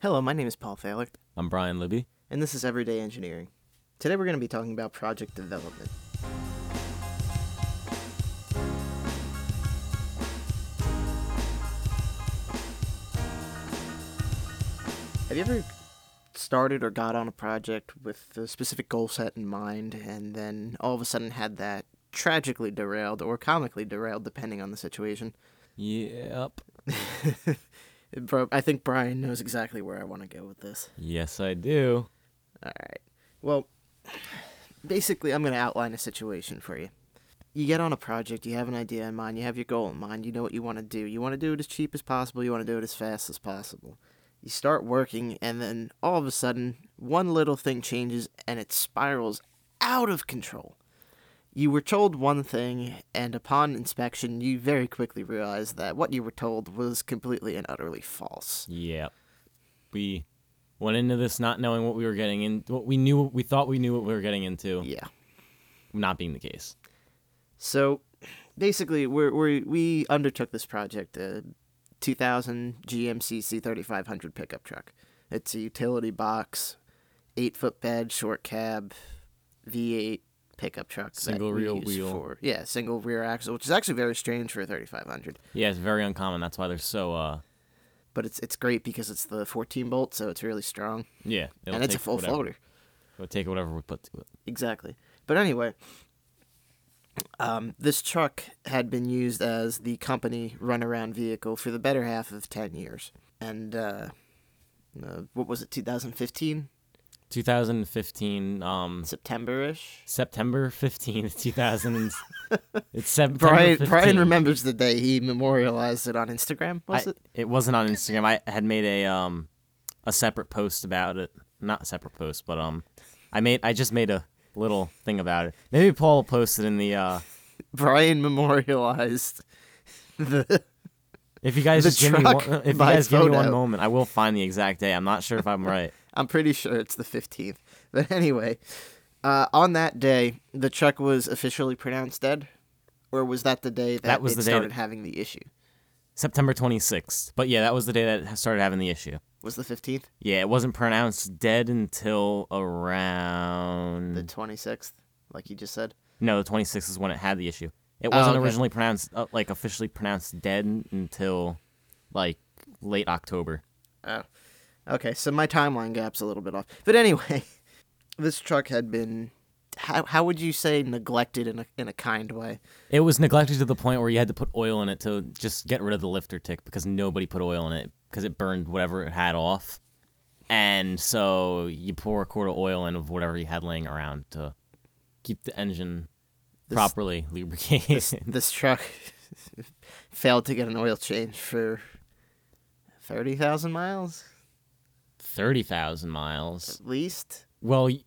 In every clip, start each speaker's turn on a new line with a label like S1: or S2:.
S1: Hello, my name is Paul Falick,
S2: I'm Brian Libby.
S1: and this is Everyday Engineering. Today we're going to be talking about project development. Have you ever started or got on a project with a specific goal set in mind and then all of a sudden had that tragically derailed or comically derailed depending on the situation?
S2: Yep.
S1: Bro, I think Brian knows exactly where I want to go with this.
S2: Yes, I do.
S1: All right. Well, basically, I'm going to outline a situation for you. You get on a project, you have an idea in mind, you have your goal in mind, you know what you want to do. You want to do it as cheap as possible, you want to do it as fast as possible. You start working, and then all of a sudden, one little thing changes and it spirals out of control. You were told one thing, and upon inspection, you very quickly realize that what you were told was completely and utterly false.
S2: Yep. We went into this not knowing what we were getting in. What we knew, we thought we knew what we were getting into,
S1: Yeah.
S2: not being the case.
S1: So basically, we're, we're, we undertook this project a 2000 GMCC 3500 pickup truck. It's a utility box, eight foot bed, short cab, V8 pickup truck. that
S2: Single
S1: we
S2: rear
S1: use
S2: wheel.
S1: For, yeah, single rear axle, which is actually very strange for a 3500.
S2: Yeah, it's very uncommon. That's why they're so. uh
S1: But it's it's great because it's the 14 bolt, so it's really strong,
S2: Yeah, it'll
S1: and it's a
S2: take
S1: full
S2: whatever-
S1: floater.
S2: It'll take whatever we put to it.
S1: Exactly. But anyway, um, this truck had been used as the company runaround vehicle for the better half of 10 years. And uh, uh, what was it, 2015?
S2: 2015, um,
S1: September ish?
S2: September 15th, 2000. it's September.
S1: Brian,
S2: 15th.
S1: Brian remembers the day he memorialized it on Instagram, was
S2: I-
S1: it?
S2: It wasn't on Instagram. I had made a um a separate post about it. Not a separate post, but um I made I just made a little thing about it. Maybe Paul posted in the uh
S1: Brian memorialized the.
S2: if you guys
S1: The
S2: just give me
S1: truck
S2: one, if you
S1: by
S2: guys give me one
S1: photo.
S2: moment, I will find the exact day. I'm not sure if I'm right.
S1: I'm pretty sure it's the 15th. But anyway, uh, on that day, the truck was officially pronounced dead? Or was that the day that,
S2: That was
S1: it
S2: the day
S1: started
S2: that-
S1: having the issue?
S2: September 26th. But yeah, that was the day that I started having the issue.
S1: was the 15th,
S2: Yeah, it wasn't pronounced dead until around
S1: the 26th, like you just said.
S2: No, the 26th is when it had the issue. It wasn't
S1: okay.
S2: originally pronounced, uh, like, officially pronounced dead until, like, late October.
S1: Oh. Okay, so my timeline gap's a little bit off. But anyway, this truck had been how how would you say neglected in a in a kind way?
S2: It was neglected to the point where you had to put oil in it to just get rid of the lifter tick because nobody put oil in it because it burned whatever it had off. And so you pour a quart of oil in of whatever you had laying around to keep the engine
S1: This-
S2: properly lubricated.
S1: This truck failed to get an oil change for 30,000 miles
S2: 30,000 miles.
S1: at least.
S2: Well, y-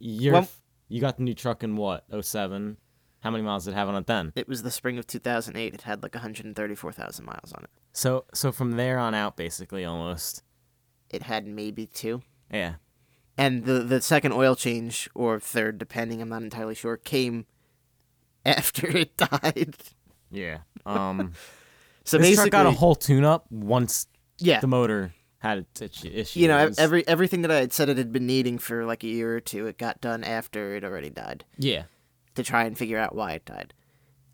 S2: you're,
S1: Well-
S2: you got the new truck in what, 07? How many miles did it have on it then?
S1: It was the spring of 2008. It had like 134,000 miles on it.
S2: So so from there on out, basically, almost.
S1: It had maybe 2
S2: Yeah.
S1: and the the second oil change or third depending i'm not entirely sure came after it died
S2: Yeah. Um.
S1: so
S2: this
S1: basically
S2: truck got a whole tune-up once
S1: yeah
S2: the motor had its itch- issues.
S1: you know ev- every everything that i had said it had been needing for like a year or two it got done after it already died
S2: Yeah.
S1: to try and figure out why it died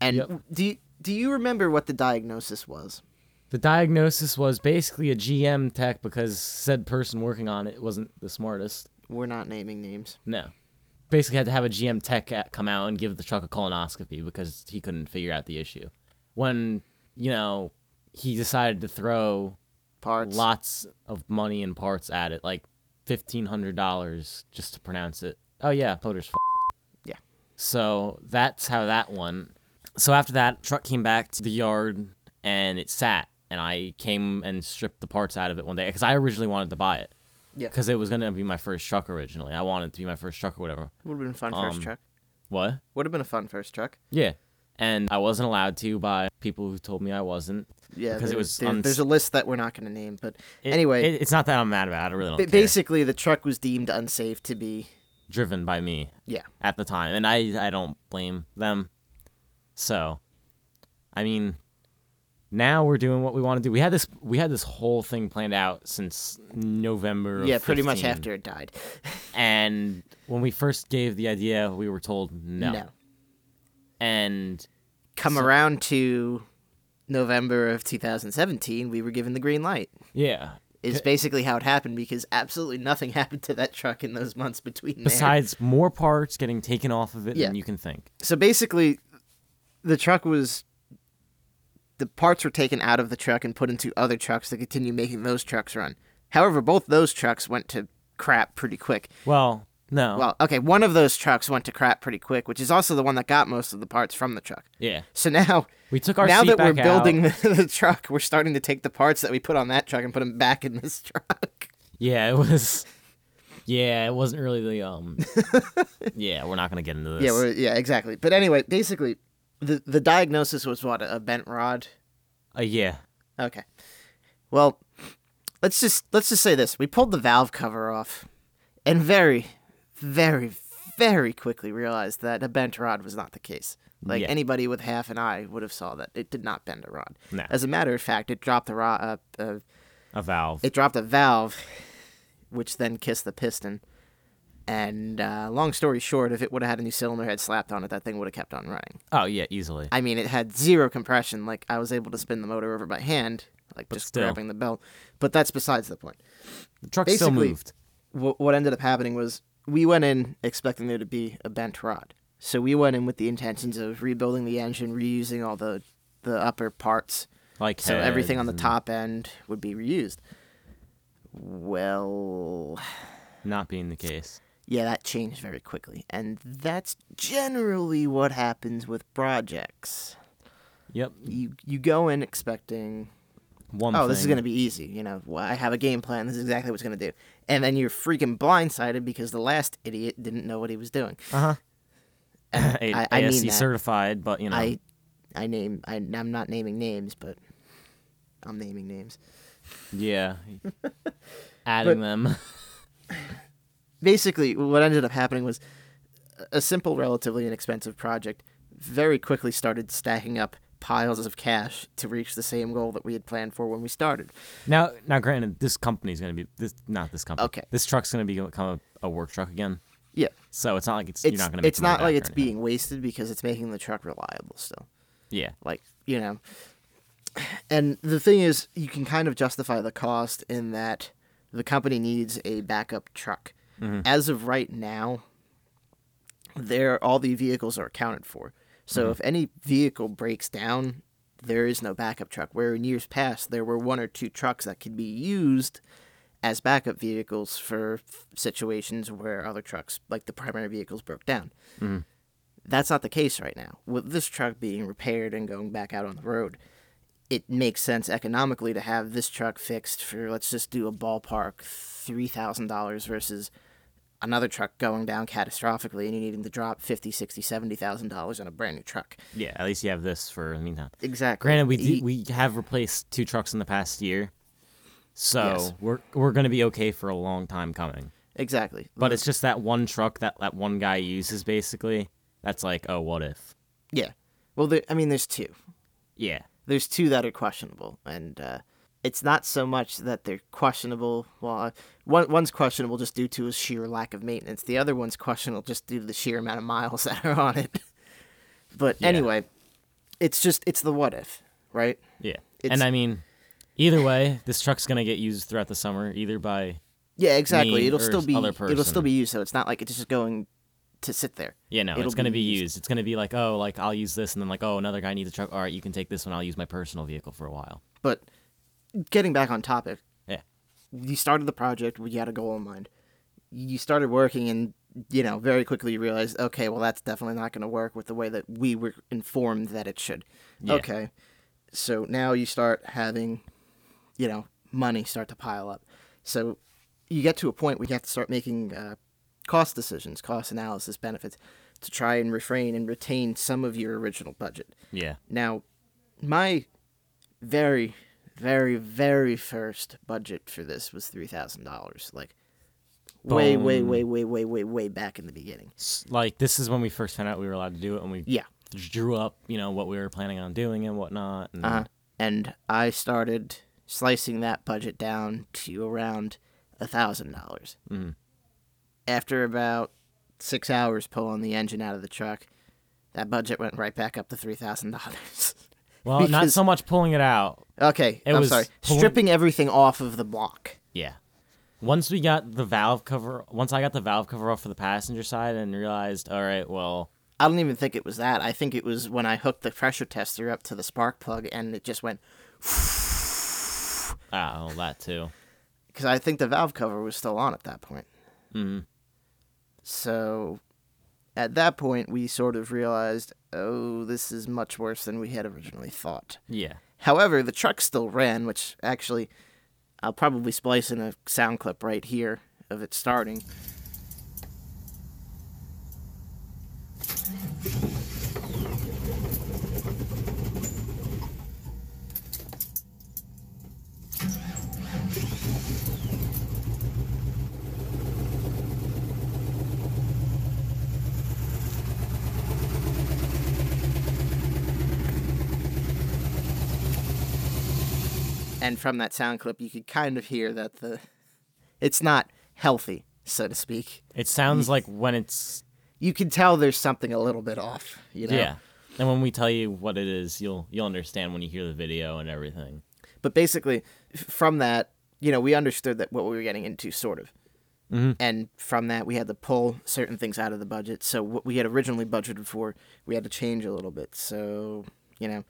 S1: and
S2: Yep.
S1: do you, do you remember what the diagnosis was
S2: The diagnosis was basically a GM tech because said person working on it wasn't the smartest.
S1: we're not naming names
S2: No. Basically had to have a GM tech at- come out and give the truck a colonoscopy because he couldn't figure out the issue. When you know he decided to throw
S1: parts
S2: lots of money and parts at it, like fifteen hundred dollars just to pronounce it. Oh yeah, Potter's. F-
S1: Yeah.
S2: So that's how that one. So after that, truck came back to the yard and it sat, and I came and stripped the parts out of it one day because I originally wanted to buy it.
S1: Yeah.
S2: Because it was gonna be my first truck originally. I wanted it to be my first truck or whatever.
S1: would have been a fun first
S2: um,
S1: truck
S2: What?
S1: would have been a fun first truck
S2: Yeah. And I wasn't allowed to by people who told me I wasn't.
S1: yeah
S2: Because
S1: there-
S2: it was
S1: there-
S2: uns-
S1: there's a list that we're not going to name but
S2: It-
S1: anyway
S2: it- it's not that I'm mad about. it. I really don't.
S1: ba-
S2: care.
S1: basically the truck was deemed unsafe to be
S2: driven by me.
S1: yeah
S2: at the time, and I I don't blame them. So, I mean, Now we're doing what we want to do. We had this we had this whole thing planned out since November. Of
S1: yeah, pretty much
S2: 15.
S1: after it died.
S2: And when we first gave the idea, we were told no.
S1: No.
S2: And
S1: Come around to November of 2017, we were given the green light.
S2: yeah,
S1: Is basically how it happened because absolutely nothing happened to that truck in those months between. there.
S2: besides more parts getting taken off of it
S1: Yeah.
S2: than you can think.
S1: so basically the truck was the parts were taken out of the truck and put into other trucks to continue making those trucks run however both those trucks went to crap pretty quick
S2: Well, no.
S1: well okay one of those trucks went to crap pretty quick which is also the one that got most of the parts from the truck
S2: yeah.
S1: so now
S2: We took our
S1: now
S2: seat
S1: that we're
S2: back
S1: building the, the truck we're starting to take the parts that we put on that truck and put them back in this truck
S2: Yeah, it was. Yeah, it wasn't really the um. yeah, we're not gonna get into this.
S1: Yeah, we're, yeah, exactly. But anyway, basically, the the diagnosis was what a bent rod.
S2: Uh, yeah,
S1: Okay. Well, let's just let's just say this. We pulled the valve cover off and very very very quickly realized that a bent rod was not the case. Like
S2: Yeah.
S1: anybody with half an eye would have saw that it did not bend a rod.
S2: No.
S1: As a matter of fact, it dropped the rod uh, uh,
S2: a valve.
S1: it dropped a valve which then kissed the piston. And uh, long story short, if it would have had a new cylinder head slapped on it, that thing would have kept on running.
S2: oh yeah, easily.
S1: I mean, it had zero compression. Like I was able to spin the motor over by hand, like just
S2: still.
S1: grabbing the belt. But that's besides the point.
S2: The truck still
S1: basically-
S2: moved.
S1: Wh- what ended up happening was we went in expecting there to be a bent rod. So we went in with the intentions of rebuilding the engine, reusing all the the upper parts,
S2: Like uh,
S1: so everything on the
S2: heads
S1: top end would be reused. Well,
S2: and not being the case.
S1: yeah, that changed very quickly, and that's generally what happens with projects.
S2: Yep.
S1: You you go in expecting
S2: One.
S1: oh, this is
S2: thing.
S1: going to be easy. You know, well, I have a game plan. This is exactly what's going to do. And then you're freaking blindsided because the last idiot didn't know what he was doing.
S2: Uh-huh. A-
S1: I- I mean
S2: ASC
S1: that.
S2: certified, but you know,
S1: I, I name. I, I'm not naming names, but I'm naming names.
S2: yeah, adding them.
S1: Basically, what ended up happening was a simple, relatively inexpensive project very quickly started stacking up piles of cash to reach the same goal that we had planned for when we started.
S2: Now, now, granted, this company's gonna be this. Not this company.
S1: Okay.
S2: This truck's gonna be- become a, a work truck again.
S1: Yeah.
S2: So it's not like it's,
S1: It's,
S2: you're not gonna. Make
S1: it's
S2: money
S1: not
S2: back
S1: like
S2: or
S1: it's
S2: anything.
S1: being wasted because it's making the truck reliable still.
S2: Yeah.
S1: like you know and the thing is you can kind of justify the cost in that the company needs a backup truck as of right now there all the vehicles are accounted for so if any vehicle breaks down there is no backup truck where in years past there were one or two trucks that could be used as backup vehicles for situations where other trucks like the primary vehicles broke down that's not the case right now. With this truck being repaired and going back out on the road, it makes sense economically to have this truck fixed for, let's just do a ballpark, $3,000 versus another truck going down catastrophically and you needing to drop fifty, sixty, seventy thousand dollars on a brand new truck. E-
S2: Yeah. At least you have this for the meantime.
S1: Exactly.
S2: Granted, we
S1: He-
S2: did, we have replaced two trucks in the past year, so
S1: Yes.
S2: we're we're gonna be okay for a long time coming.
S1: exactly.
S2: But it's just that one truck that that one guy uses basically. That's like, oh, what if?
S1: yeah. Well, there, I mean, there's two.
S2: Yeah,
S1: there's two that are questionable, and uh, it's not so much that they're questionable. Well, uh, one one's questionable just due to a sheer lack of maintenance. The other one's questionable just due to the sheer amount of miles that are on it. but
S2: Yeah.
S1: anyway, it's just it's the what if, right?
S2: yeah.
S1: It's-
S2: and I mean, either way, this truck's gonna get used throughout the summer, either by
S1: Yeah, exactly.
S2: Me
S1: it'll
S2: or
S1: still be
S2: other
S1: it'll still
S2: person.
S1: be used, so it's not like it's just going to sit there.
S2: yeah, no,
S1: It'll
S2: it's gonna
S1: be
S2: be,
S1: used.
S2: used. It's gonna be like, oh, like I'll use this, and then like, oh, another guy needs a truck. All right, you can take this one. I'll use my personal vehicle for a while.
S1: But getting back on topic,
S2: Yeah,
S1: you started the project you had a goal in mind you started working and you know very quickly you realized okay well that's definitely not going to work with the way that we were informed that it should
S2: Yeah.
S1: okay so now you start having you know money start to pile up so you get to a point where you have to start making uh, cost decisions cost analysis benefits to try and refrain and retain some of your original budget
S2: yeah,
S1: now, my very, very, very first budget for this was three thousand dollars. Like way, way, way, way, way, way, way back in the beginning.
S2: S- like this is when we first found out we were allowed to do it, and we
S1: Yeah.
S2: drew up, you know, what we were planning on doing and whatnot. And
S1: Uh-huh. and I started slicing that budget down to around a thousand dollars.
S2: Mhm.
S1: After about six hours pulling the engine out of the truck, that budget went right back up to three thousand dollars.
S2: Well, not
S1: Because-
S2: so much pulling it out.
S1: Okay,
S2: It
S1: I'm
S2: was
S1: sorry.
S2: pulling-
S1: Stripping everything off of the block.
S2: Yeah. Once we got the valve cover, once I got the valve cover off for the passenger side and realized, all right, well,
S1: I don't even think it was that. I think it was when I hooked the pressure tester up to the spark plug and it just went
S2: ah, well, that too.
S1: because I think the valve cover was still on at that point.
S2: Mhm.
S1: So at that point, we sort of realized, oh, this is much worse than we had originally thought.
S2: Yeah.
S1: However, the truck still ran, which actually I'll probably splice in a sound clip right here of it starting. And from that sound clip, you could kind of hear that the it's not healthy, so to speak.
S2: It sounds like when it's
S1: You can tell there's something a little bit off, you know.
S2: yeah. And when we tell you what it is, you'll you'll understand when you hear the video and everything.
S1: But basically, f- from that, you know, we understood that what we were getting into, sort of. And from that, we had to pull certain things out of the budget. So what we had originally budgeted for, we had to change a little bit. So you know,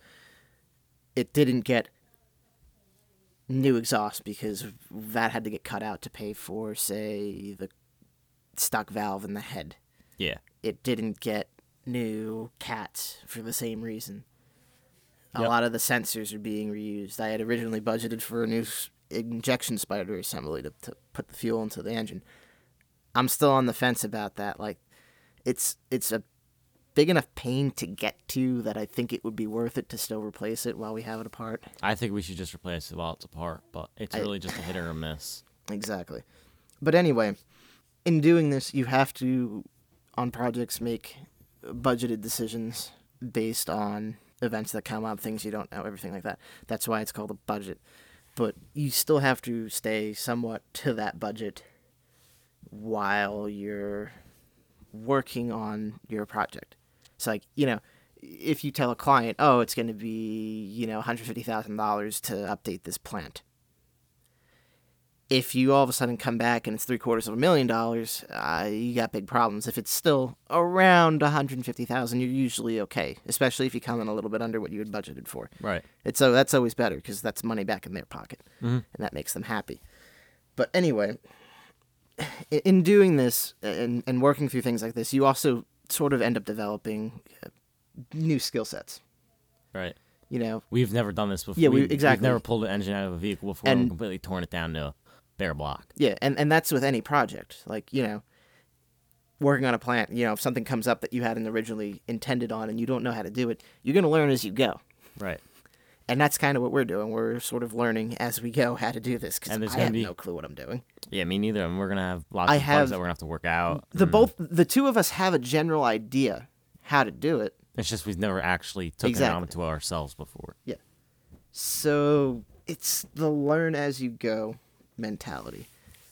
S1: it didn't get new exhaust because that had to get cut out to pay for, say, the stock valve in the head.
S2: Yeah.
S1: It didn't get new cats for the same reason a
S2: Yep.
S1: lot of the sensors are being reused. I had originally budgeted for a new s- injection spider assembly to, to put the fuel into the engine. I'm still on the fence about that. Like, it's it's a big enough pain to get to that I think it would be worth it to still replace it while we have it apart.
S2: I think we should just replace it while it's apart, but it's really just a hit or a miss.
S1: Exactly. But anyway, in doing this, you have to, on projects, make budgeted decisions based on events that come up, things you don't know, everything like that. That's why it's called a budget. But you still have to stay somewhat to that budget while you're working on your project. It's like, you know, if you tell a client, oh, it's going to be, you know, $150,000 to update this plant if you all of a sudden come back and it's three quarters of a million dollars, uh, you got big problems. If it's still around one hundred fifty thousand, you're usually okay, especially if you come in a little bit under what you had budgeted for.
S2: Right.
S1: It's so that's always better because that's money back in their pocket, and that makes them happy. But anyway, i- in doing this uh, and and working through things like this, you also sort of end up developing uh, new skill sets.
S2: Right.
S1: You know,
S2: We've never done this before.
S1: Yeah, we-
S2: We've- We've
S1: exactly.
S2: never pulled an engine out of a vehicle before and,
S1: And-
S2: completely torn it down to a bare block.
S1: Yeah, and, and that's with any project. Like, you know, working on a plant, you know, if something comes up that you hadn't originally intended on and you don't know how to do it, you're going to learn as you go.
S2: Right.
S1: And that's kind of what we're doing. We're sort of learning as we go how to do this because
S2: And there's
S1: I
S2: gonna
S1: have
S2: be-
S1: no clue what I'm doing.
S2: Yeah, me neither. And we're gonna have lots
S1: I
S2: of
S1: have-
S2: bugs that we're gonna have to work out.
S1: The both the two of us have a general idea how to do it.
S2: It's just we've never actually took it on
S1: Exactly.
S2: to ourselves before.
S1: So it's the learn as you go mentality.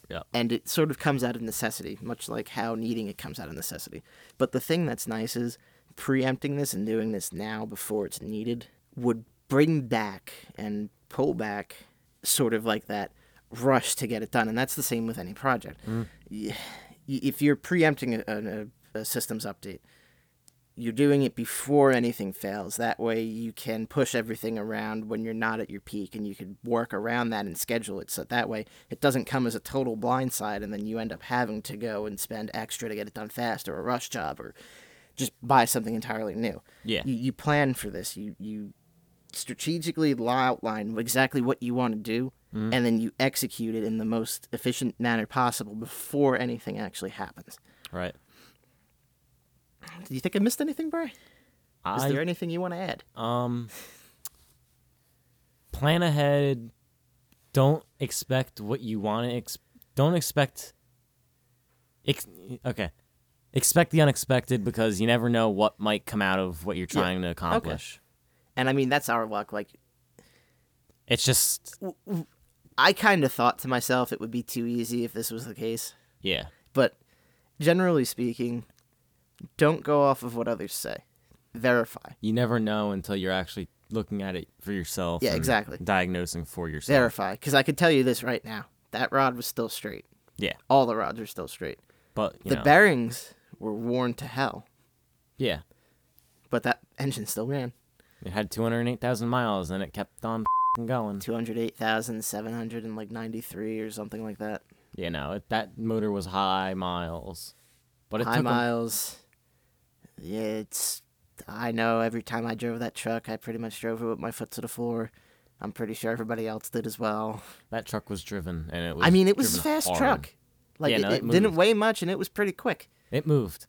S2: Yeah.
S1: and it sort of comes out of necessity, much like how needing it comes out of necessity. But the thing that's nice is preempting this and doing this now before it's needed would bring back and pull back sort of like that rush to get it done. And that's the same with any project. Y- y- If you're preempting a, a, a systems update, you're doing it before anything fails. That way you can push everything around when you're not at your peak and you can work around that and schedule it. So that way it doesn't come as a total blindside and then you end up having to go and spend extra to get it done fast or a rush job or just buy something entirely new.
S2: Yeah.
S1: You, you plan for this. You, you strategically li- outline exactly what you want to do
S2: Mm-hmm.
S1: and then you execute it in the most efficient manner possible before anything actually happens.
S2: Right.
S1: Do you think I missed anything, Bry? Is
S2: I
S1: there anything you want to add?
S2: Um, plan ahead. Don't expect what you want to. Ex- don't expect. Ex- okay, expect the unexpected because you never know what might come out of what you're trying to accomplish.
S1: And I mean, that's our luck. Like,
S2: It's just
S1: I kind of thought to myself it would be too easy if this was the case.
S2: yeah.
S1: But generally speaking, don't go off of what others say. Verify.
S2: You never know until you're actually looking at it for yourself.
S1: Yeah,
S2: and
S1: exactly.
S2: Diagnosing for yourself.
S1: Verify. Because I could tell you this right now. That rod was still straight.
S2: Yeah,
S1: All the rods are still straight.
S2: but you
S1: The
S2: know,
S1: bearings were worn to hell,
S2: yeah,
S1: but that engine still ran.
S2: it had 208,000 miles and it kept on f***ing going.
S1: 208,700 and like 93 or something like that.
S2: You know, it, that motor was high miles, but it
S1: High
S2: took 'em-
S1: miles. Yeah, it's. I know every time I drove that truck, I pretty much drove it with my foot to the floor. I'm pretty sure everybody else did as well.
S2: that truck was driven and it was.
S1: I mean, it was a
S2: driven
S1: fast
S2: hard.
S1: truck. Like,
S2: Yeah,
S1: it,
S2: no,
S1: it
S2: it
S1: didn't
S2: moved.
S1: weigh much and it was pretty quick.
S2: It moved.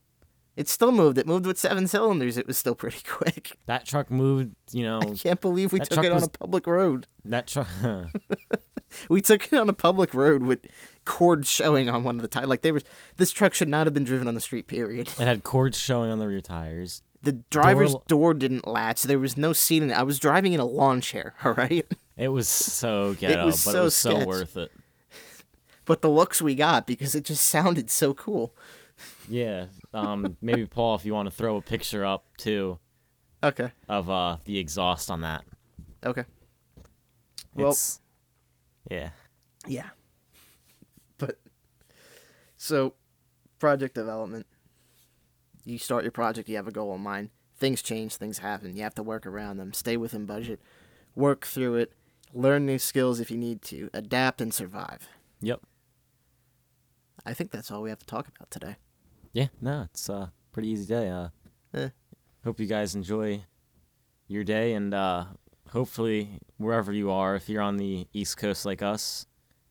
S1: It still moved. It moved with seven cylinders. It was still pretty quick.
S2: That truck moved. You know,
S1: I can't believe we
S2: That
S1: took
S2: truck
S1: it on
S2: was-
S1: a public road.
S2: that truck.
S1: We took it on a public road with cords showing on one of the tires. Like, they were. This truck should not have been driven on the street, period.
S2: it had cords showing on the rear tires.
S1: The driver's door,
S2: l-
S1: didn't latch. There was no seat in it. I was driving in a lawn chair, all right?
S2: It was so ghetto,
S1: was
S2: but
S1: so
S2: it was so
S1: sketch.
S2: worth it.
S1: But the looks we got because it just sounded so cool.
S2: Yeah. Um. maybe Paul, if you want to throw a picture up too
S1: Okay.
S2: of uh the exhaust on that.
S1: Okay. Well-
S2: It's- yeah.
S1: Yeah. But so project development. You start your project, you have a goal in mind. Things change, things happen. You have to work around them. Stay within budget. Work through it. Learn new skills if you need to. Adapt and survive.
S2: Yep.
S1: I think that's all we have to talk about today.
S2: Yeah, no, it's a pretty easy day. Uh,
S1: Eh.
S2: Hope you guys enjoy your day, and uh, hopefully wherever you are, if you're on the East Coast like us,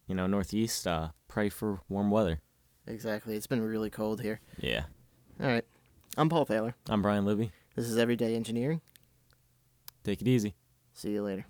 S2: you know Northeast, uh, pray for warm weather.
S1: Exactly. It's been really cold here.
S2: Yeah,
S1: All right. I'm Paul Taylor.
S2: I'm Brian Libby.
S1: This is Everyday Engineering.
S2: Take it easy.
S1: See you later.